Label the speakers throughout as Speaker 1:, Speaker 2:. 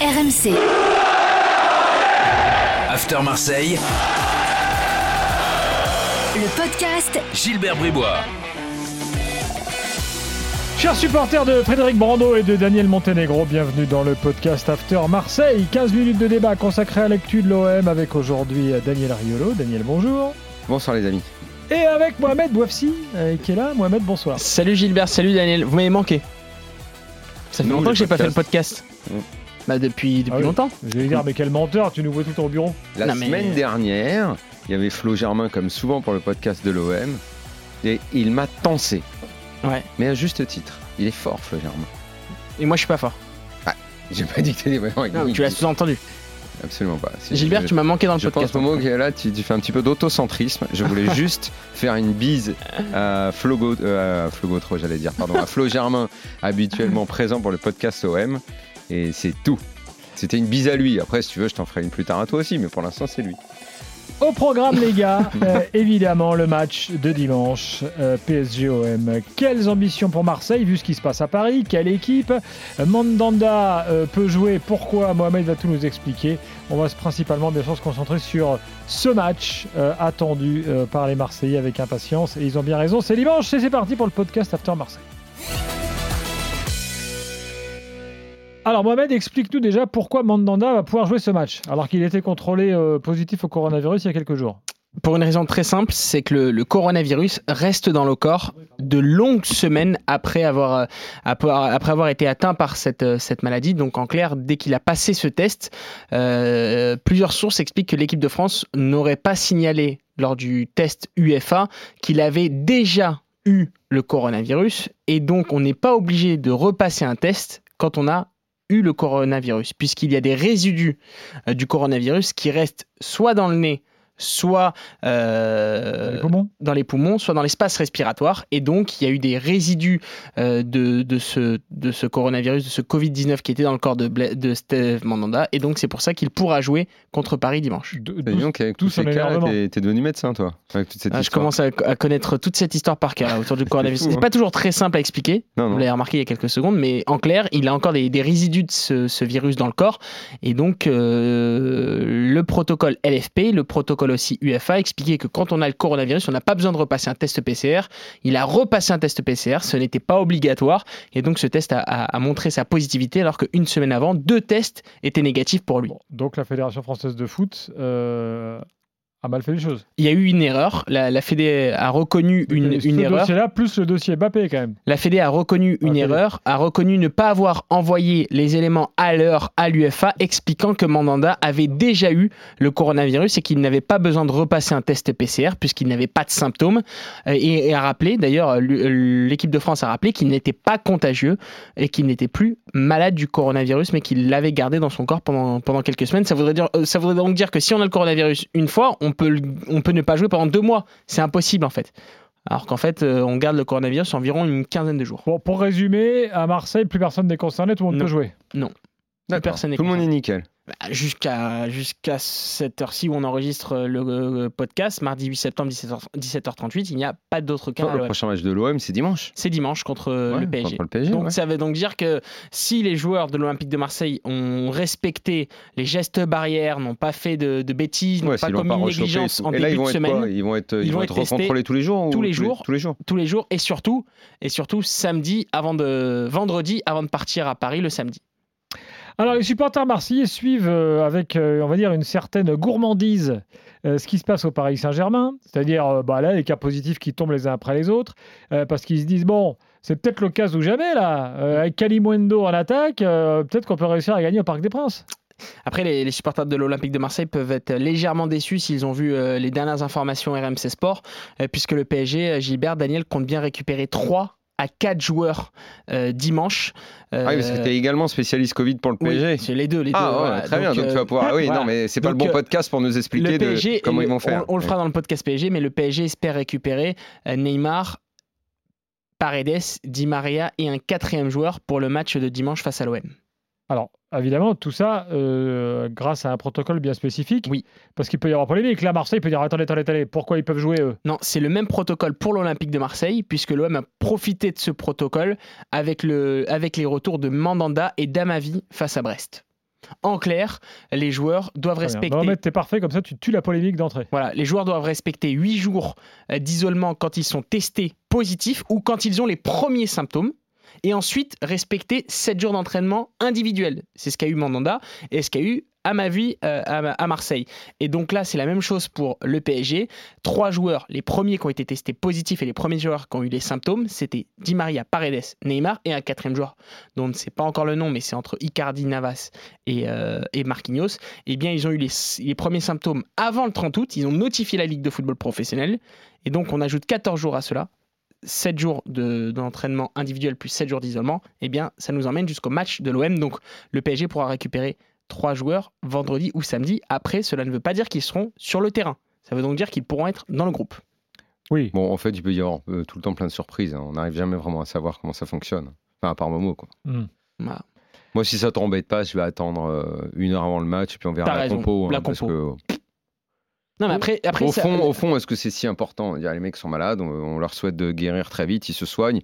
Speaker 1: RMC.
Speaker 2: After Marseille,
Speaker 1: Le podcast
Speaker 2: Gilbert Bribois.
Speaker 3: Chers supporters de Frédéric Brando et de Daniel Montenegro, bienvenue dans le podcast After Marseille. 15 minutes de débat consacré à l'actu de l'OM avec aujourd'hui Daniel Riolo. Daniel, bonjour.
Speaker 4: Bonsoir les amis.
Speaker 3: Et avec Mohamed Bouafsi, euh, qui est là. Mohamed, bonsoir.
Speaker 5: Salut Gilbert, salut Daniel, vous m'avez manqué. Ça fait
Speaker 4: Nous,
Speaker 5: longtemps
Speaker 4: le
Speaker 5: que j'ai pas fait le podcast.
Speaker 4: Mm.
Speaker 5: Bah depuis, depuis
Speaker 3: Ah oui.
Speaker 5: longtemps.
Speaker 3: Je vais dire, mais quel menteur, tu nous vois tout au bureau.
Speaker 4: La
Speaker 5: Non, mais-
Speaker 4: semaine dernière, il y avait Flo Germain comme souvent pour le podcast de l'OM et il m'a tensé.
Speaker 5: Ouais.
Speaker 4: Mais à juste titre, il est fort Flo Germain.
Speaker 5: Et moi je suis pas fort.
Speaker 4: J'ai pas dit que t'étais vraiment avec nous,
Speaker 5: tu l'as sous-entendu.
Speaker 4: Absolument pas. Si,
Speaker 5: Gilbert,
Speaker 4: je-
Speaker 5: tu m'as manqué dans le
Speaker 4: Je
Speaker 5: podcast.
Speaker 4: pense Momo, que là tu, tu fais un petit peu d'autocentrisme. Je voulais juste faire une bise à Flo, Gaut- euh, à Flo Gautreau, j'allais dire, pardon, à Flo Germain, habituellement présent pour le podcast OM. Et c'est tout. C'était une bise à lui. Après, si tu veux, je t'en ferai une plus tard à toi aussi, mais pour l'instant, c'est lui.
Speaker 3: Au programme, les gars, euh, évidemment, le match de dimanche, euh, PSG-OM. Quelles ambitions pour Marseille, vu ce qui se passe à Paris Quelle équipe Euh, Mandanda euh, peut jouer Pourquoi Mohamed va tout nous expliquer. On va se principalement, bien sûr, se concentrer sur ce match euh, attendu euh, par les Marseillais avec impatience. Et ils ont bien raison. C'est dimanche et c'est parti pour le podcast After Marseille. Alors Mohamed, explique-nous déjà pourquoi Mandanda va pouvoir jouer ce match, alors qu'il était contrôlé euh, positif au coronavirus il y a quelques jours.
Speaker 5: Pour une raison très simple, c'est que le, le coronavirus reste dans le corps de longues semaines après avoir, euh, après, après avoir été atteint par cette, euh, cette maladie. Donc en clair, dès qu'il a passé ce test, euh, plusieurs sources expliquent que l'équipe de France n'aurait pas signalé lors du test UFA qu'il avait déjà eu le coronavirus. Et donc on n'est pas obligé de repasser un test quand on a eu le coronavirus, puisqu'il y a des résidus euh, du coronavirus qui restent soit dans le nez, soit euh,
Speaker 3: Les poumons
Speaker 5: dans les poumons, soit dans l'espace respiratoire. Et donc, il y a eu des résidus euh, de, de ce, de ce coronavirus, de ce Covid-19 qui était dans le corps de, Bla- de Steve Mandanda. Et donc, c'est pour ça qu'il pourra jouer contre Paris dimanche.
Speaker 3: De-
Speaker 4: T'as
Speaker 3: douze-
Speaker 4: dit Bah, donc, avec
Speaker 3: tous
Speaker 4: tous ces
Speaker 3: en
Speaker 4: cas,
Speaker 3: énervement.
Speaker 4: t'es, t'es devenu médecin, toi. Avec toute cette
Speaker 5: Ah, je
Speaker 4: histoire.
Speaker 5: commence à, à connaître toute cette histoire par cœur là, autour du coronavirus.
Speaker 4: fou,
Speaker 5: C'est
Speaker 4: hein.
Speaker 5: pas toujours très simple à expliquer.
Speaker 4: Non,
Speaker 5: Vous
Speaker 4: non.
Speaker 5: l'avez remarqué il y a quelques secondes, mais en clair, il a encore des, des résidus de ce, ce virus dans le corps. Et donc, euh, le protocole LFP, le protocole aussi UFA, expliquait que quand on a le coronavirus, on n'a pas besoin de repasser un test PCR. Il a repassé un test PCR, ce n'était pas obligatoire. Et donc, ce test a, a- a montré sa positivité, alors qu'une semaine avant, deux tests étaient négatifs pour lui.
Speaker 3: Bon, donc la Fédération française de foot euh, a mal fait les choses.
Speaker 5: Il y a eu une erreur. La, la Fédé a reconnu une,
Speaker 3: Et ce
Speaker 5: une erreur.
Speaker 3: dossier-là, plus le dossier Mbappé quand même.
Speaker 5: La Fédé a reconnu une
Speaker 3: Ah, Fédé.
Speaker 5: erreur, a reconnu ne pas avoir envoyé les éléments à l'heure à l'UFA, expliquant que Mandanda avait déjà eu le coronavirus et qu'il n'avait pas besoin de repasser un test PCR puisqu'il n'avait pas de symptômes. Euh, Et, et a rappelé, d'ailleurs, euh, l'U- euh, l'équipe de France a rappelé qu'il n'était pas contagieux et qu'il n'était plus malade du coronavirus, mais qu'il l'avait gardé dans son corps pendant, pendant quelques semaines. Ça voudrait, dire, euh, ça voudrait donc dire que si on a le coronavirus une fois, on peut, le- on peut ne pas jouer pendant deux mois. C'est impossible en fait. Alors qu'en fait, euh, on garde le coronavirus environ une quinzaine de jours.
Speaker 3: Bon, pour résumer, à Marseille, plus personne n'est concerné, tout le monde
Speaker 5: Non.
Speaker 3: peut jouer.
Speaker 4: D'accord.
Speaker 5: personne n'est
Speaker 4: Tout le monde est
Speaker 5: concerné.
Speaker 4: nickel.
Speaker 5: Bah, Jusqu'à jusqu'à cette heure-ci où on enregistre euh, le, euh, podcast, mardi 8 septembre 17h, 17h38, il n'y a pas d'autre cas.
Speaker 4: Enfin,
Speaker 5: à
Speaker 4: le
Speaker 5: l'OM.
Speaker 4: prochain match de l'OM, c'est dimanche.
Speaker 5: C'est dimanche contre euh,
Speaker 4: Ouais,
Speaker 5: le PSG.
Speaker 4: Contre le PSG.
Speaker 5: Donc
Speaker 4: ouais.
Speaker 5: ça veut donc dire que si les joueurs de l'Olympique de Marseille ont respecté les gestes barrières, n'ont pas fait de, de bêtises, n'ont
Speaker 4: Ouais,
Speaker 5: pas
Speaker 4: s'ils l'ont
Speaker 5: commis une
Speaker 4: rechopé et
Speaker 5: négligence
Speaker 4: tout.
Speaker 5: en
Speaker 4: et là,
Speaker 5: début
Speaker 4: ils
Speaker 5: de
Speaker 4: vont être
Speaker 5: semaine,
Speaker 4: quoi Ils vont être, ils
Speaker 5: Ils
Speaker 4: vont
Speaker 5: vont
Speaker 4: être
Speaker 5: être testés
Speaker 4: recontrôlés tous les jours ou
Speaker 5: tous les jours. Euh,
Speaker 4: Tous les jours.
Speaker 5: tous les jours, et surtout, et surtout samedi, avant de, vendredi, avant de partir à Paris le samedi.
Speaker 3: Alors les supporters marseillais suivent euh, avec, euh, on va dire, une certaine gourmandise euh, ce qui se passe au Paris Saint-Germain, c'est-à-dire euh, bah, là, les cas positifs qui tombent les uns après les autres, euh, parce qu'ils se disent, bon, c'est peut-être l'occasion ou jamais, là, euh, avec Kalimundo en attaque, euh, peut-être qu'on peut réussir à gagner au Parc des Princes.
Speaker 5: Après, les, les supporters de l'Olympique de Marseille peuvent être légèrement déçus s'ils ont vu euh, les dernières informations RMC Sport, euh, puisque le PSG, euh, Gilbert, Daniel, compte bien récupérer 3 à 4 joueurs euh, dimanche. Euh,
Speaker 4: Ah oui, parce que t'es également spécialiste Covid pour le
Speaker 5: oui,
Speaker 4: PSG.
Speaker 5: c'est les deux, les
Speaker 4: ah
Speaker 5: deux.
Speaker 4: ouais,
Speaker 5: voilà.
Speaker 4: très bien. Donc tu
Speaker 5: euh,
Speaker 4: vas pouvoir. Ah oui,
Speaker 5: voilà.
Speaker 4: non, mais c'est pas le
Speaker 5: Donc,
Speaker 4: bon
Speaker 5: euh,
Speaker 4: podcast pour nous expliquer
Speaker 5: le
Speaker 4: de
Speaker 5: PSG,
Speaker 4: comment
Speaker 5: et
Speaker 4: ils
Speaker 5: le-
Speaker 4: vont faire.
Speaker 5: On, on le fera dans le podcast PSG, mais le PSG espère récupérer euh, Neymar, Paredes, Di Maria et un quatrième joueur pour le match de dimanche face à l'OM.
Speaker 3: Alors, évidemment, tout ça euh, grâce à un protocole bien spécifique.
Speaker 5: Oui.
Speaker 3: Parce qu'il peut y avoir polémique. Là, Marseille peut dire attendez, attendez, attendez, pourquoi ils peuvent jouer eux
Speaker 5: Non, c'est le même protocole pour l'Olympique de Marseille, puisque l'OM a profité de ce protocole avec, le, avec les retours de Mandanda et d'Amavi face à Brest. En clair, les joueurs doivent
Speaker 3: Très bien.
Speaker 5: respecter
Speaker 3: Bon, mais t'es parfait, comme ça tu tues la polémique d'entrée.
Speaker 5: Voilà, les joueurs doivent respecter 8 jours euh, d'isolement quand ils sont testés positifs ou quand ils ont les premiers symptômes. Et ensuite, respecter 7 jours d'entraînement individuel. C'est ce qu'a eu Mandanda et ce qu'a eu à ma vie euh, à, Ma- à Marseille. Et donc là, c'est la même chose pour le PSG. Trois joueurs, les premiers qui ont été testés positifs et les premiers joueurs qui ont eu les symptômes, c'était Di Maria, Paredes, Neymar et un quatrième joueur dont on ne sait pas encore le nom, mais c'est entre Icardi, Navas et, euh, et Marquinhos eh bien, ils ont eu les, les premiers symptômes avant le 30 août. Ils ont notifié la Ligue de football professionnel. Et donc, on ajoute 14 jours à cela. 7 jours de- d'entraînement individuel plus 7 jours d'isolement. Eh bien, ça nous emmène jusqu'au match de l'OM. Donc, le PSG pourra récupérer 3 joueurs vendredi ou samedi. Après, cela ne veut pas dire qu'ils seront sur le terrain. Ça veut donc dire qu'ils pourront être dans le groupe.
Speaker 3: Oui.
Speaker 4: Bon, en fait, il peut y avoir euh, tout le temps plein de surprises. hein. On n'arrive jamais vraiment à savoir comment ça fonctionne. Enfin, à part Momo, quoi.
Speaker 5: Voilà.
Speaker 4: Moi, si ça t'embête pas, je vais attendre euh, une heure avant le match, puis on verra
Speaker 5: T'as
Speaker 4: la
Speaker 5: raison,
Speaker 4: compo. hein,
Speaker 5: la
Speaker 4: parce
Speaker 5: compo.
Speaker 4: que,
Speaker 5: Non, mais après, après
Speaker 4: au,
Speaker 5: ça-
Speaker 4: fond, au fond, est-ce que c'est si important Je veux dire, Les mecs sont malades, on, on leur souhaite de guérir très vite, ils se soignent.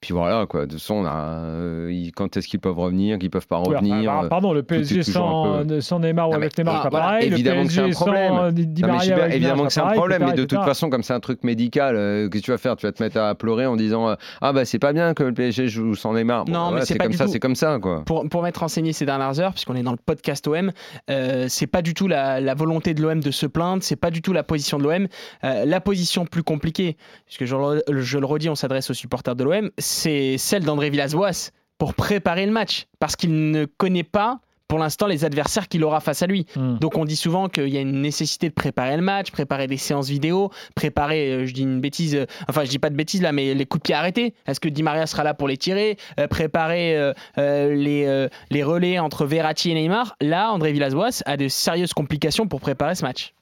Speaker 4: Puis voilà, quoi. De toute façon, on a, euh, ils- quand est-ce qu'ils peuvent revenir, qu'ils peuvent pas
Speaker 3: Ouais,
Speaker 4: revenir euh,
Speaker 3: enfin, bah, pardon, le PSG
Speaker 4: toujours
Speaker 3: sans, euh,
Speaker 4: un
Speaker 3: sans Neymar ou
Speaker 4: Non,
Speaker 3: avec
Speaker 4: mais-
Speaker 3: Neymar,
Speaker 5: ah,
Speaker 3: c'est pas
Speaker 5: voilà,
Speaker 3: pareil.
Speaker 4: évidemment
Speaker 3: le
Speaker 4: que c'est un
Speaker 3: PSG
Speaker 4: problème.
Speaker 3: Sans, euh, Di- Di
Speaker 4: Non, mais
Speaker 3: Maria
Speaker 4: Gilbert,
Speaker 3: avec
Speaker 4: évidemment
Speaker 3: Neymar,
Speaker 4: que c'est un
Speaker 3: pareil,
Speaker 4: problème, mais
Speaker 3: etc.,
Speaker 4: de toute
Speaker 3: etc.
Speaker 4: façon, comme c'est un truc médical, euh, qu'est-ce que tu vas faire Tu vas te mettre à pleurer en disant euh, Ah bah c'est pas bien que le PSG joue sans Neymar.
Speaker 5: Non, mais
Speaker 4: voilà,
Speaker 5: c'est
Speaker 4: c'est
Speaker 5: pas
Speaker 4: comme
Speaker 5: du
Speaker 4: ça,
Speaker 5: tout-
Speaker 4: c'est comme ça, quoi.
Speaker 5: pour, pour m'être renseigné ces dernières heures, puisqu'on est dans le podcast OM, euh, c'est pas du tout la, la volonté de l'OM de se plaindre, c'est pas du tout la position de l'OM. Euh, la position plus compliquée, puisque je, le- je le redis, on s'adresse aux supporters de l'OM, c'est celle d'André Villas-Boas pour préparer le match, parce qu'il ne connaît pas pour l'instant les adversaires qu'il aura face à lui.
Speaker 3: Hmm.
Speaker 5: Donc on dit souvent qu'il y a une nécessité de préparer le match, préparer des séances vidéo, préparer, euh, je dis une bêtise, euh, enfin je dis pas de bêtises là, mais les coups de pied arrêtés. Est-ce que Di Maria sera là pour les tirer Euh, Préparer euh, euh, les, euh, les relais entre Verratti et Neymar. Là, André Villas-Boas a de sérieuses complications pour préparer ce match.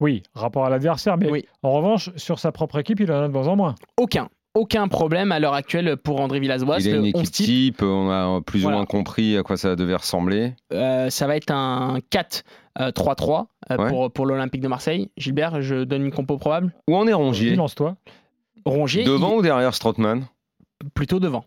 Speaker 3: Oui, rapport à l'adversaire, mais
Speaker 5: Oui.
Speaker 3: en revanche, sur sa propre équipe, il en a de moins en moins.
Speaker 5: Aucun, aucun problème à l'heure actuelle pour André Villas-Boas.
Speaker 4: Il a
Speaker 5: Le
Speaker 4: une
Speaker 5: 11
Speaker 4: équipe
Speaker 5: type,
Speaker 4: type, on a plus
Speaker 5: Voilà.
Speaker 4: ou moins compris à quoi ça devait ressembler.
Speaker 5: euh, ça va être un 4-3-3 euh,
Speaker 4: Ouais.
Speaker 5: pour, pour l'Olympique de Marseille. Gilbert, je donne une compo probable.
Speaker 4: Où en est Rongier
Speaker 3: Lance-toi.
Speaker 5: Rongier,
Speaker 4: Devant ou derrière Strootman
Speaker 5: il- plutôt devant.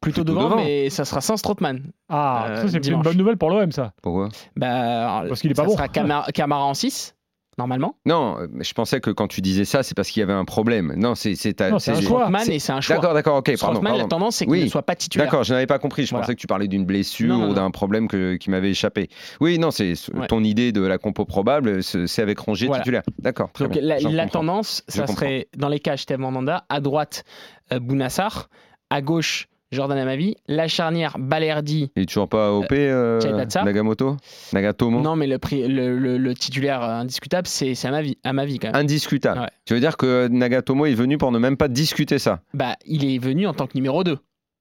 Speaker 5: Plutôt,
Speaker 4: Plutôt
Speaker 5: devant,
Speaker 4: devant.
Speaker 5: mais ça sera sans Strootman.
Speaker 3: Ah,
Speaker 5: Euh,
Speaker 3: ça, c'est
Speaker 5: dimanche.
Speaker 3: une bonne nouvelle pour l'OM, ça.
Speaker 4: Pourquoi
Speaker 5: Bah,
Speaker 3: Parce qu'il est
Speaker 5: ça
Speaker 3: pas bon.
Speaker 5: sera Camara, Camara en 6, normalement.
Speaker 4: Non, euh, je pensais que quand tu disais ça, c'est parce qu'il y avait un problème. Non, c'est c'est ta-
Speaker 3: Non, c'est un
Speaker 4: c'est-
Speaker 3: choix.
Speaker 5: Strootman,
Speaker 4: c'est-
Speaker 5: et c'est un choix.
Speaker 4: D'accord, d'accord, ok, pardon.
Speaker 5: Strootman, la
Speaker 4: pardon.
Speaker 5: tendance, c'est qu'il
Speaker 4: Oui.
Speaker 5: ne soit pas titulaire.
Speaker 4: D'accord, je n'avais pas compris. Je
Speaker 5: Voilà.
Speaker 4: pensais que tu parlais d'une blessure
Speaker 5: Non, non,
Speaker 4: ou d'un problème que- qui m'avait échappé. Oui, non, c'est
Speaker 5: Ouais.
Speaker 4: ton idée de la compo probable, c'est c'est avec Rongier
Speaker 5: Voilà.
Speaker 4: titulaire. D'accord. très
Speaker 5: Donc
Speaker 4: bien,
Speaker 5: la,
Speaker 4: j'en
Speaker 5: la
Speaker 4: comprends.
Speaker 5: tendance,
Speaker 4: Je
Speaker 5: ça
Speaker 4: comprends.
Speaker 5: serait dans les cages Steve Mandanda, à droite euh, Bounassar, à gauche Jordan Amavi, la charnière Balerdi.
Speaker 4: Il est toujours pas OP, euh,
Speaker 5: Chaidatsa
Speaker 4: Nagamoto Nagatomo
Speaker 5: Non, mais le, pri- le, le- le titulaire euh, indiscutable, c'est c'est Amavi, Amavi
Speaker 4: Ah.
Speaker 5: quand même.
Speaker 4: Indiscutable.
Speaker 5: Ouais.
Speaker 4: Tu veux dire que Nagatomo est venu pour ne même pas discuter ça
Speaker 5: Bah, il est venu en tant que numéro 2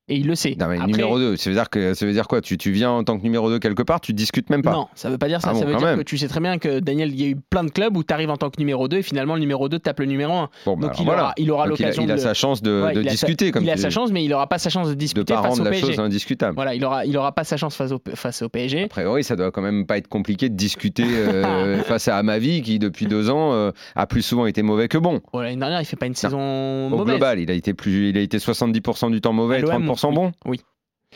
Speaker 5: et il le sait.
Speaker 4: Non, mais
Speaker 5: Après-
Speaker 4: numéro 2, ça veut dire, que, ça veut dire quoi tu, tu viens en tant que numéro 2 quelque part, tu discutes même pas
Speaker 5: Non, ça veut pas dire ça.
Speaker 4: Ah
Speaker 5: ça
Speaker 4: bon,
Speaker 5: veut
Speaker 4: quand
Speaker 5: dire
Speaker 4: même.
Speaker 5: que tu sais très bien que Daniel, il y a eu plein de clubs où tu arrives en tant que numéro 2 et finalement le numéro 2 tape le numéro 1.
Speaker 4: Bon, bah,
Speaker 5: Donc
Speaker 4: alors
Speaker 5: il
Speaker 4: voilà.
Speaker 5: aura il aura
Speaker 4: Donc, il a,
Speaker 5: l'occasion
Speaker 4: il a
Speaker 5: de-
Speaker 4: sa chance de,
Speaker 5: Ouais,
Speaker 4: de
Speaker 5: il a sa-
Speaker 4: discuter, comme
Speaker 5: il a
Speaker 4: tu
Speaker 5: sa
Speaker 4: dis,
Speaker 5: chance, mais il n'aura pas sa chance de
Speaker 4: de
Speaker 5: discuter
Speaker 4: pas
Speaker 5: face au
Speaker 4: rendre la
Speaker 5: PSG.
Speaker 4: chose hein. indiscutable.
Speaker 5: Voilà, il aura, il aura pas sa chance face au, face au PSG.
Speaker 4: A priori, ça doit quand même pas être compliqué de discuter euh, face à Amavi, qui depuis deux ans euh, a plus souvent été mauvais que bon.
Speaker 5: Oh, L'année dernière, il fait pas une saison
Speaker 4: Au
Speaker 5: mauvaise.
Speaker 4: global, il a été plus, il a été 70% du temps mauvais
Speaker 5: À
Speaker 4: et
Speaker 5: l'OM,
Speaker 4: 30% bon.
Speaker 5: oui.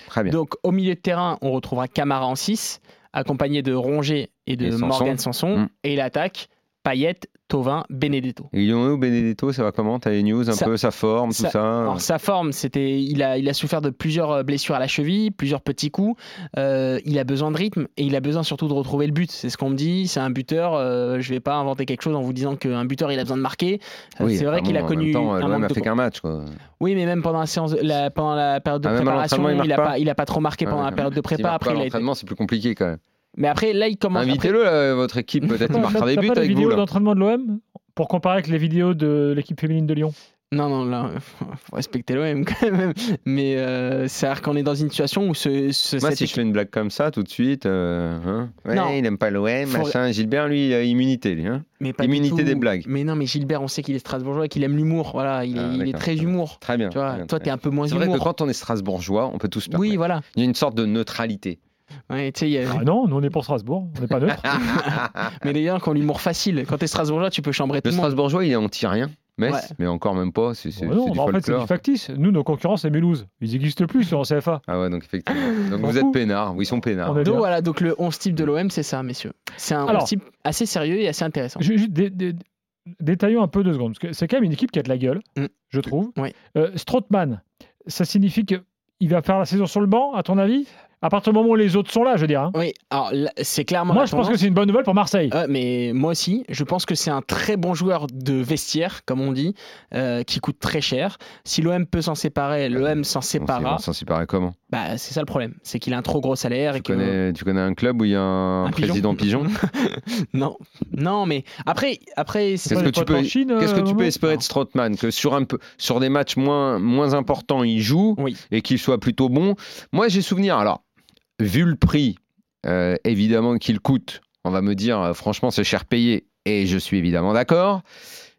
Speaker 4: Très bien.
Speaker 5: Donc au milieu de terrain, on retrouvera Camara en 6, accompagné de Rongier et de
Speaker 4: Et Sanson.
Speaker 5: Morgan Sanson.
Speaker 4: Mm. Et
Speaker 5: Et l'attaque, Payet, Tovin, Benedetto.
Speaker 4: Il en est où Benedetto Ça va comment T'as les news un
Speaker 5: Ça-
Speaker 4: peu Sa forme,
Speaker 5: ça-
Speaker 4: tout ça
Speaker 5: Alors sa forme, c'était, il a, il a souffert de plusieurs euh, blessures à la cheville, plusieurs petits coups. Euh, il a besoin de rythme et il a besoin surtout de retrouver le but. C'est ce qu'on me dit. C'est un buteur. euh, je vais pas inventer quelque chose en vous disant qu'un buteur, il a besoin de marquer. Euh,
Speaker 4: Oui,
Speaker 5: c'est vrai
Speaker 4: enfin
Speaker 5: qu'il a
Speaker 4: bon,
Speaker 5: connu
Speaker 4: En même temps,
Speaker 5: un
Speaker 4: l'OM
Speaker 5: manque
Speaker 4: a
Speaker 5: de
Speaker 4: fait qu'un match. Quoi.
Speaker 5: Oui, mais même pendant la séance, la, pendant la période de
Speaker 4: Ah, même à
Speaker 5: préparation,
Speaker 4: l'entraînement, il
Speaker 5: il n'a
Speaker 4: marque
Speaker 5: pas,
Speaker 4: pas
Speaker 5: il a pas trop marqué pendant
Speaker 4: Ouais,
Speaker 5: la période de
Speaker 4: S'il
Speaker 5: prépa.
Speaker 4: marque
Speaker 5: Après,
Speaker 4: pas
Speaker 5: il a été-
Speaker 4: l'entraînement, c'est plus compliqué quand même.
Speaker 5: Mais après, là, il commence. après-
Speaker 4: Invitez-le, euh, votre équipe, peut-être. Il
Speaker 3: T'as
Speaker 4: marquera des
Speaker 3: t'as
Speaker 4: buts
Speaker 3: pas les
Speaker 4: avec vous.
Speaker 3: vidéos
Speaker 4: là.
Speaker 3: d'entraînement de l'OM pour comparer avec les vidéos de l'équipe féminine de Lyon
Speaker 5: Non, non, là, faut respecter l'OM quand même. Mais euh, c'est-à-dire qu'on est dans une situation où ce, ce-
Speaker 4: Moi,
Speaker 5: cette
Speaker 4: si je
Speaker 5: équipe-
Speaker 4: fais une blague comme ça, tout de suite, euh, hein, ouais,
Speaker 5: Non.
Speaker 4: il aime pas l'OM,
Speaker 5: Faut-
Speaker 4: machin. Gilbert, lui, il a immunité, lui. hein.
Speaker 5: mais pas
Speaker 4: l'immunité
Speaker 5: du tout.
Speaker 4: des blagues.
Speaker 5: Mais non, mais Gilbert, on sait qu'il est Strasbourgeois et qu'il aime l'humour. Voilà, il est,
Speaker 4: Ah,
Speaker 5: il est
Speaker 4: d'accord.
Speaker 5: très humour.
Speaker 4: Très bien.
Speaker 5: Tu vois,
Speaker 4: très bien,
Speaker 5: toi,
Speaker 4: très
Speaker 5: t'es un peu moins
Speaker 4: C'est vrai
Speaker 5: humour.
Speaker 4: que quand on est Strasbourgeois, on peut tous faire.
Speaker 5: oui, voilà.
Speaker 4: Il y a une sorte de neutralité.
Speaker 5: Ouais, tu sais, il y a-
Speaker 3: Ah non, nous on est pour Strasbourg, on n'est pas neutre.
Speaker 5: mais les gens qui ont l'humour facile. Quand t'es Strasbourgeois, tu peux chambrer tout
Speaker 4: Le
Speaker 5: le monde.
Speaker 4: Strasbourgeois, il est anti rien. Metz,
Speaker 5: Ouais.
Speaker 4: mais encore même pas. C'est c'est-
Speaker 3: Bon, non,
Speaker 4: c'est du
Speaker 3: mais en fait, c'est
Speaker 4: folklore.
Speaker 3: du factice. Nous, nos concurrents, c'est Mulhouse. Ils n'existent plus, ils sont en CFA.
Speaker 4: ah ouais, donc effectivement. Donc
Speaker 3: M'en
Speaker 4: vous êtes
Speaker 3: fous.
Speaker 4: peinards. Oui, ils sont peinards.
Speaker 3: On est
Speaker 5: Donc
Speaker 3: bien.
Speaker 5: voilà, donc le 11 type de l'OM, c'est ça, messieurs. C'est un
Speaker 3: Alors.
Speaker 5: 11 type assez sérieux et assez intéressant.
Speaker 3: Ju- juste dé- dé- détaillons un peu deux secondes. parce que C'est quand même une équipe qui a de la gueule,
Speaker 5: Mm.
Speaker 3: je trouve.
Speaker 5: Oui.
Speaker 3: Euh, Strootman, ça signifie qu'il va faire la saison sur le banc, à ton avis À partir du moment où les autres sont là, je veux dire. hein.
Speaker 5: Oui, alors là, c'est clairement.
Speaker 3: Moi,
Speaker 5: la
Speaker 3: je pense que
Speaker 5: tendance.
Speaker 3: c'est une bonne nouvelle pour Marseille.
Speaker 4: Ah,
Speaker 5: Euh, mais moi aussi, je pense que c'est un très bon joueur de vestiaire, comme on dit, euh, qui coûte très cher. Si l'OM peut s'en séparer, l'OM s'en
Speaker 4: On s'y-
Speaker 5: séparera.
Speaker 4: on s'en séparait comment
Speaker 5: Bah, c'est ça le problème, c'est qu'il a un trop gros salaire et
Speaker 4: tu
Speaker 5: que
Speaker 4: connais, tu connais un club où il y a un,
Speaker 5: Un pigeon.
Speaker 4: président pigeon
Speaker 5: non, non, mais après, après, c'est-
Speaker 4: Qu'est-ce
Speaker 3: Pas
Speaker 4: que
Speaker 3: les
Speaker 4: tu
Speaker 3: potes
Speaker 4: peux-
Speaker 3: en Chine,
Speaker 4: Qu'est-ce que
Speaker 3: euh,
Speaker 4: tu peux
Speaker 3: Momo
Speaker 4: espérer de Strootman Que sur, un peu, sur des matchs moins, moins importants, il joue
Speaker 5: oui,
Speaker 4: et qu'il soit plutôt bon. Moi, j'ai souvenir, alors, vu le prix, euh, évidemment, qu'il coûte, on va me dire, euh, franchement, c'est cher payé, et je suis évidemment d'accord.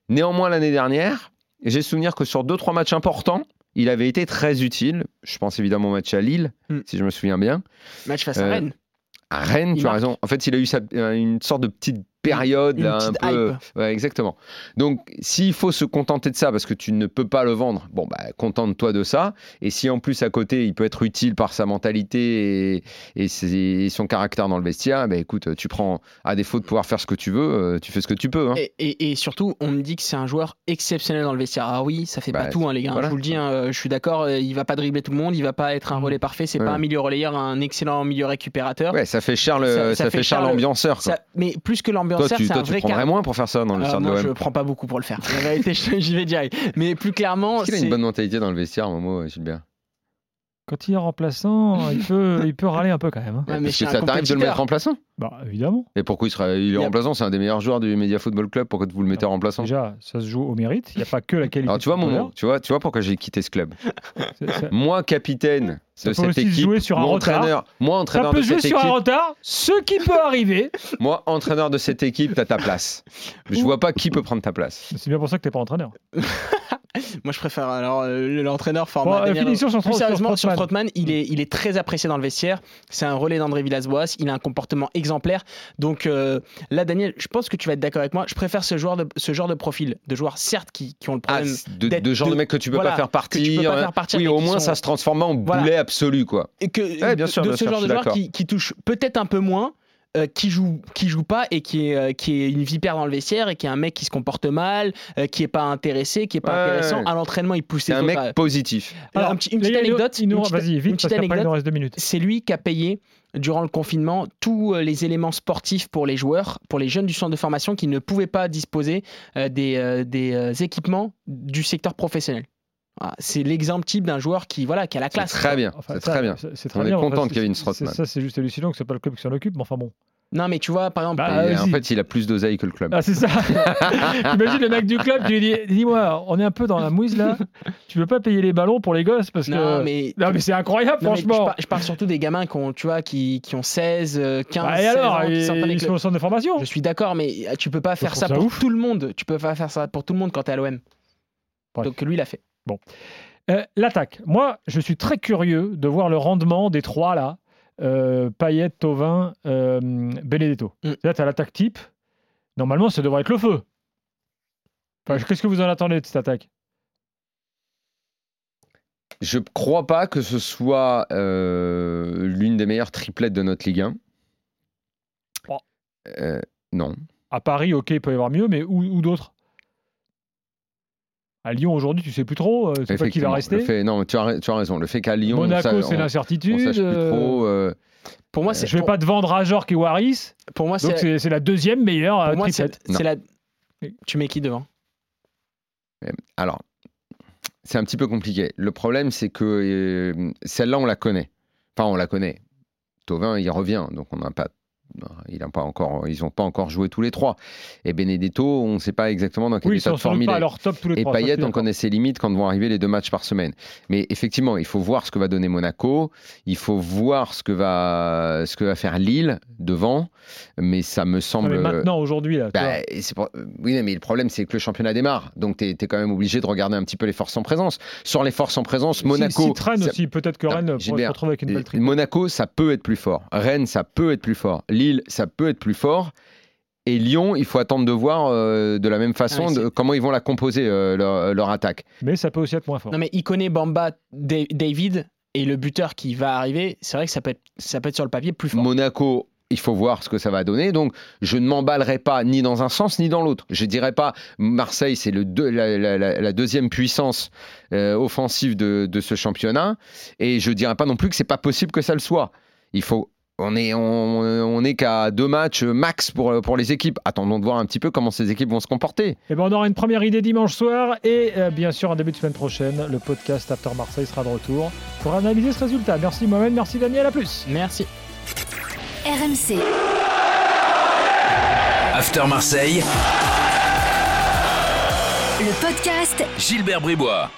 Speaker 4: Néanmoins, l'année dernière, j'ai souvenir que sur deux, trois matchs importants, il avait été très utile. Je pense évidemment au match à Lille,
Speaker 5: Mm.
Speaker 4: si je me souviens bien.
Speaker 5: hein. match face à
Speaker 4: Euh,
Speaker 5: Rennes,
Speaker 4: À Rennes,
Speaker 5: Il
Speaker 4: tu as
Speaker 5: marque.
Speaker 4: raison. En fait, il a eu sa- euh, une sorte de petite période,
Speaker 5: une
Speaker 4: là,
Speaker 5: petite
Speaker 4: un peu.
Speaker 5: hype.
Speaker 4: Ouais, exactement. Donc, s'il faut se contenter de ça parce que tu ne peux pas le vendre, bon, bah, contente-toi de ça. Et si en plus, à côté, il peut être utile par sa mentalité et, et ses- et son caractère dans le vestiaire, bah, écoute, tu prends, à défaut de pouvoir faire ce que tu veux, euh, tu fais ce que tu peux. hein.
Speaker 5: Et, et- et surtout, on me dit que c'est un joueur exceptionnel dans le vestiaire. Ah oui, ça fait
Speaker 4: Bah,
Speaker 5: pas tout, hein, les gars.
Speaker 4: voilà. Mmh.
Speaker 5: Je vous le dis, hein, euh, je suis d'accord. euh, Il va pas dribbler tout le monde, il va pas être un relais parfait. C'est
Speaker 4: Ouais.
Speaker 5: pas un milieu relayeur, un excellent milieu récupérateur.
Speaker 4: Ouais, ça fait Charles,
Speaker 5: Ça-
Speaker 4: ça,
Speaker 5: ça
Speaker 4: fait
Speaker 5: fait
Speaker 4: Charles
Speaker 5: Charles-
Speaker 4: ambianceur. quoi.
Speaker 5: Ça- mais plus que
Speaker 4: Toi,
Speaker 5: l'ambianceur,
Speaker 4: tu,
Speaker 5: c'est
Speaker 4: toi,
Speaker 5: un
Speaker 4: tu
Speaker 5: vrai
Speaker 4: prendrais
Speaker 5: car-
Speaker 4: moins pour faire ça dans le
Speaker 5: Ah,
Speaker 4: vestiaire de
Speaker 5: moi,
Speaker 4: l'OM.
Speaker 5: je prends pas beaucoup pour le faire. La vérité, je- j'y vais direct. Mais plus clairement,
Speaker 4: Est-ce qu'il a
Speaker 5: c'est
Speaker 4: une bonne mentalité dans le vestiaire, Momo, euh, Gilbert
Speaker 3: Quand il est remplaçant, il peut, il peut râler un peu quand même. hein.
Speaker 5: Ouais, mais
Speaker 4: Parce
Speaker 5: c'est
Speaker 4: que
Speaker 5: un
Speaker 4: ça t'arrive de le
Speaker 5: compétiteur.
Speaker 4: mettre hein. remplaçant.
Speaker 3: Bah, évidemment.
Speaker 4: Et pourquoi il, sera, il
Speaker 5: Il
Speaker 4: est
Speaker 5: a-
Speaker 4: remplaçant C'est un des meilleurs joueurs du Media Football Club. Pourquoi vous le mettez remplaçant
Speaker 3: Déjà, ça se joue au mérite. Il n'y a pas que la qualité.
Speaker 4: Alors, tu vois,
Speaker 3: du
Speaker 4: Momo,
Speaker 3: footballeur.
Speaker 4: tu vois, tu vois pourquoi j'ai quitté ce club
Speaker 3: C'est- ça-
Speaker 4: moi capitaine
Speaker 3: Ça
Speaker 4: de
Speaker 3: peut
Speaker 4: cette
Speaker 3: aussi se
Speaker 4: équipe,
Speaker 3: jouer sur un
Speaker 4: moi
Speaker 3: retard.
Speaker 4: entraîneur, moi
Speaker 3: Ça
Speaker 4: entraîneur
Speaker 3: peut
Speaker 4: de
Speaker 3: jouer
Speaker 4: cette
Speaker 3: sur un
Speaker 4: équipe,
Speaker 3: retard, ce qui peut arriver.
Speaker 4: moi entraîneur de cette équipe, t'as ta place. Je vois pas qui peut prendre ta place.
Speaker 3: C'est bien pour ça que t'es pas entraîneur.
Speaker 5: Moi, je préfère alors euh, l'entraîneur
Speaker 3: Bon,
Speaker 5: format.
Speaker 3: euh,
Speaker 5: Damien
Speaker 3: finition sur,
Speaker 5: Plus
Speaker 4: Oh,
Speaker 3: Tro- sur
Speaker 5: sérieusement, sur
Speaker 3: Strootman.
Speaker 5: Trotman, il est, il est très apprécié dans le vestiaire. C'est un relais d'André Villas-Boas. Il a un comportement exemplaire. Donc euh, là, Daniel, je pense que tu vas être d'accord avec moi. Je préfère ce, joueur de, ce genre de profil, de joueurs certes qui, qui ont le
Speaker 3: Euh,
Speaker 4: Ah,
Speaker 5: problème.
Speaker 4: de,
Speaker 5: d'être
Speaker 4: de genre de
Speaker 5: de-
Speaker 4: mec que tu peux
Speaker 5: voilà,
Speaker 4: pas faire
Speaker 5: que
Speaker 4: partir.
Speaker 5: tu peux pas
Speaker 4: hein.
Speaker 5: faire partir,
Speaker 4: oui,
Speaker 5: mais
Speaker 4: au
Speaker 5: qui
Speaker 4: moins
Speaker 5: sont-
Speaker 4: ça se transforme en
Speaker 5: Voilà.
Speaker 4: boulet absolu, quoi.
Speaker 5: et que,
Speaker 4: Ouais, bien sûr,
Speaker 5: de
Speaker 4: bien
Speaker 5: ce
Speaker 4: sûr,
Speaker 5: genre
Speaker 4: je suis
Speaker 5: de joueur
Speaker 4: d'accord.
Speaker 5: qui, qui touche peut-être un peu moins. euh, qui joue qui joue pas et qui est euh, qui est une vipère dans le vestiaire et qui est un mec qui se comporte mal euh, qui est pas intéressé qui est pas
Speaker 4: Ouais,
Speaker 5: intéressant
Speaker 4: ouais.
Speaker 5: à l'entraînement il pousse
Speaker 4: C'est
Speaker 5: les
Speaker 4: un
Speaker 5: autres
Speaker 4: mec
Speaker 5: à-
Speaker 4: positif.
Speaker 5: Alors,
Speaker 3: Alors,
Speaker 5: un petit- une
Speaker 3: les
Speaker 5: petite
Speaker 3: gars, il nous-
Speaker 5: anecdote
Speaker 3: il nous-
Speaker 5: une petite-
Speaker 3: Vas-y,
Speaker 5: une
Speaker 3: vite,
Speaker 5: petite
Speaker 3: parce qu'après, il
Speaker 5: anecdote.
Speaker 3: nous reste deux minutes.
Speaker 5: c'est lui qui a payé durant le confinement tous euh, les éléments sportifs pour les joueurs, pour les jeunes du centre de formation qui ne pouvaient pas disposer euh, des, euh, des euh, équipements du secteur professionnel. Voilà, c'est l'exemple type d'un joueur qui voilà qui a la
Speaker 4: C'est
Speaker 5: classe.
Speaker 4: très bien.
Speaker 3: Enfin,
Speaker 4: c'est
Speaker 3: ça,
Speaker 4: très bien.
Speaker 3: c'est- c'est très
Speaker 4: On est
Speaker 3: bien,
Speaker 4: content
Speaker 3: enfin,
Speaker 4: de Kevin
Speaker 3: c'est-
Speaker 4: Strootman.
Speaker 3: c'est- Ça, c'est juste hallucinant que ce soit pas le club qui s'en occupe, mais enfin bon.
Speaker 5: Non mais tu vois par exemple
Speaker 3: Bah,
Speaker 5: euh,
Speaker 4: Et
Speaker 3: vas-y.
Speaker 4: en fait, il a plus d'oseille que le club.
Speaker 3: Ah, c'est ça Imagine le mec du club, tu lui dis Dis-moi, on est un peu dans la mouise là, tu veux pas payer les ballons pour les gosses parce
Speaker 5: non
Speaker 3: que.
Speaker 5: mais
Speaker 3: Non, mais c'est incroyable,
Speaker 5: non, mais je,
Speaker 3: franchement
Speaker 5: par- je parle surtout des gamins qui ont tu vois qui, qui ont 16, euh, 15,
Speaker 3: Bah, et
Speaker 5: 16
Speaker 3: alors,
Speaker 5: ans, qui
Speaker 3: ils,
Speaker 5: sortent avec
Speaker 3: ils
Speaker 5: le-
Speaker 3: sont au centre de formation
Speaker 5: Je suis d'accord mais euh, tu peux pas faire
Speaker 3: trouve
Speaker 5: ça
Speaker 3: ça
Speaker 5: pour
Speaker 3: ouf.
Speaker 5: tout le monde. Tu peux pas faire ça pour tout le monde quand t'es à l'OM.
Speaker 3: Bref.
Speaker 5: Donc lui il l'a fait.
Speaker 3: Euh, L'attaque. Moi, je suis très curieux de voir le rendement des trois là. Euh, Payet, Tovin, euh, Benedetto.
Speaker 5: Mm.
Speaker 3: Là, tu as l'attaque type. Normalement, ça devrait être le feu. Enfin, je- Qu'est-ce que vous en attendez de cette attaque
Speaker 4: Je crois pas que ce soit euh, l'une des meilleures triplettes de notre Ligue 1.
Speaker 3: Oh.
Speaker 4: Euh, non.
Speaker 3: À Paris, ok, il peut y avoir mieux, mais où, où d'autres À Lyon, aujourd'hui, tu sais plus trop. euh, c'est pas qui va
Speaker 4: Effectivement.
Speaker 3: rester.
Speaker 4: Le fait- non, tu as, ra- tu as raison. Le fait qu'à Lyon,
Speaker 3: Monaco,
Speaker 4: ça-
Speaker 3: c'est
Speaker 4: on-
Speaker 3: l'incertitude.
Speaker 4: on sache plus
Speaker 3: euh,
Speaker 4: trop. euh,
Speaker 5: Pour moi c'est
Speaker 3: Je vais
Speaker 5: pour-
Speaker 3: pas te vendre à Jork et Waris.
Speaker 5: pour moi
Speaker 3: Donc,
Speaker 5: c'est
Speaker 3: c'est c'est la deuxième meilleure euh,
Speaker 5: Pour moi,
Speaker 3: triplette.
Speaker 5: c'est
Speaker 4: Non.
Speaker 5: c'est la. Tu mets qui devant
Speaker 4: Alors, c'est un petit peu compliqué. Le problème, c'est que euh, celle-là, on la connaît. Enfin, on la connaît. Tovin, il revient, donc on n'a pas. Il a pas encore, ils n'ont pas encore joué tous les trois. Et Benedetto, on ne sait pas exactement dans quel
Speaker 3: Oui, ils
Speaker 4: état
Speaker 3: sont
Speaker 4: de
Speaker 3: sans
Speaker 4: forme
Speaker 3: doute
Speaker 4: il
Speaker 3: pas
Speaker 4: est.
Speaker 3: à leur top tous les
Speaker 4: Et
Speaker 3: trois. ça, je suis
Speaker 4: Payet, on
Speaker 3: d'accord.
Speaker 4: connaît ses limites quand vont arriver les deux matchs par semaine. Mais effectivement, il faut voir ce que va donner Monaco, il faut voir ce que va, ce que va faire Lille devant. Mais ça me
Speaker 3: Non,
Speaker 4: semble.
Speaker 3: mais maintenant, aujourd'hui, là. tu vois.
Speaker 4: Bah, c'est pour- Oui, mais le problème, c'est que le championnat démarre. Donc, tu es, quand même obligé de regarder un petit peu les forces en présence. Sur les forces en présence, Monaco.
Speaker 3: Si, si traîne
Speaker 4: ça-
Speaker 3: aussi, peut-être que
Speaker 4: Non,
Speaker 3: Rennes pourrait se
Speaker 4: Gilbert,
Speaker 3: retrouver avec une belle triplette.
Speaker 4: Monaco, ça peut être plus fort. Rennes, ça peut être plus fort. Lille, ça peut être plus fort. Et Lyon, il faut attendre de voir euh, de la même façon
Speaker 5: Ah oui,
Speaker 4: de- comment ils vont la composer, euh, leur, leur attaque.
Speaker 3: Mais ça peut aussi être moins fort.
Speaker 5: Non, mais il connaît Bamba, Da- David et le buteur qui va arriver. C'est vrai que ça peut, être, ça peut être sur le papier plus fort.
Speaker 4: Monaco, il faut voir ce que ça va donner. Donc, je ne m'emballerai pas ni dans un sens ni dans l'autre. Je dirais pas Marseille, c'est le deux- la, la- la- la deuxième puissance euh, offensive de, de ce championnat, et je dirais pas non plus que c'est pas possible que ça le soit. Il faut on est, on, on est qu'à deux matchs max pour, pour les équipes. Attendons de voir un petit peu comment ces équipes vont se comporter.
Speaker 3: Eh ben, on aura une première idée dimanche soir et euh, bien sûr en début de semaine prochaine, le podcast After Marseille sera de retour pour analyser ce résultat. Merci Mohamed, merci Daniel, à plus.
Speaker 5: Merci.
Speaker 1: RMC.
Speaker 2: After Marseille,
Speaker 1: Le podcast
Speaker 2: Gilbert Bribois.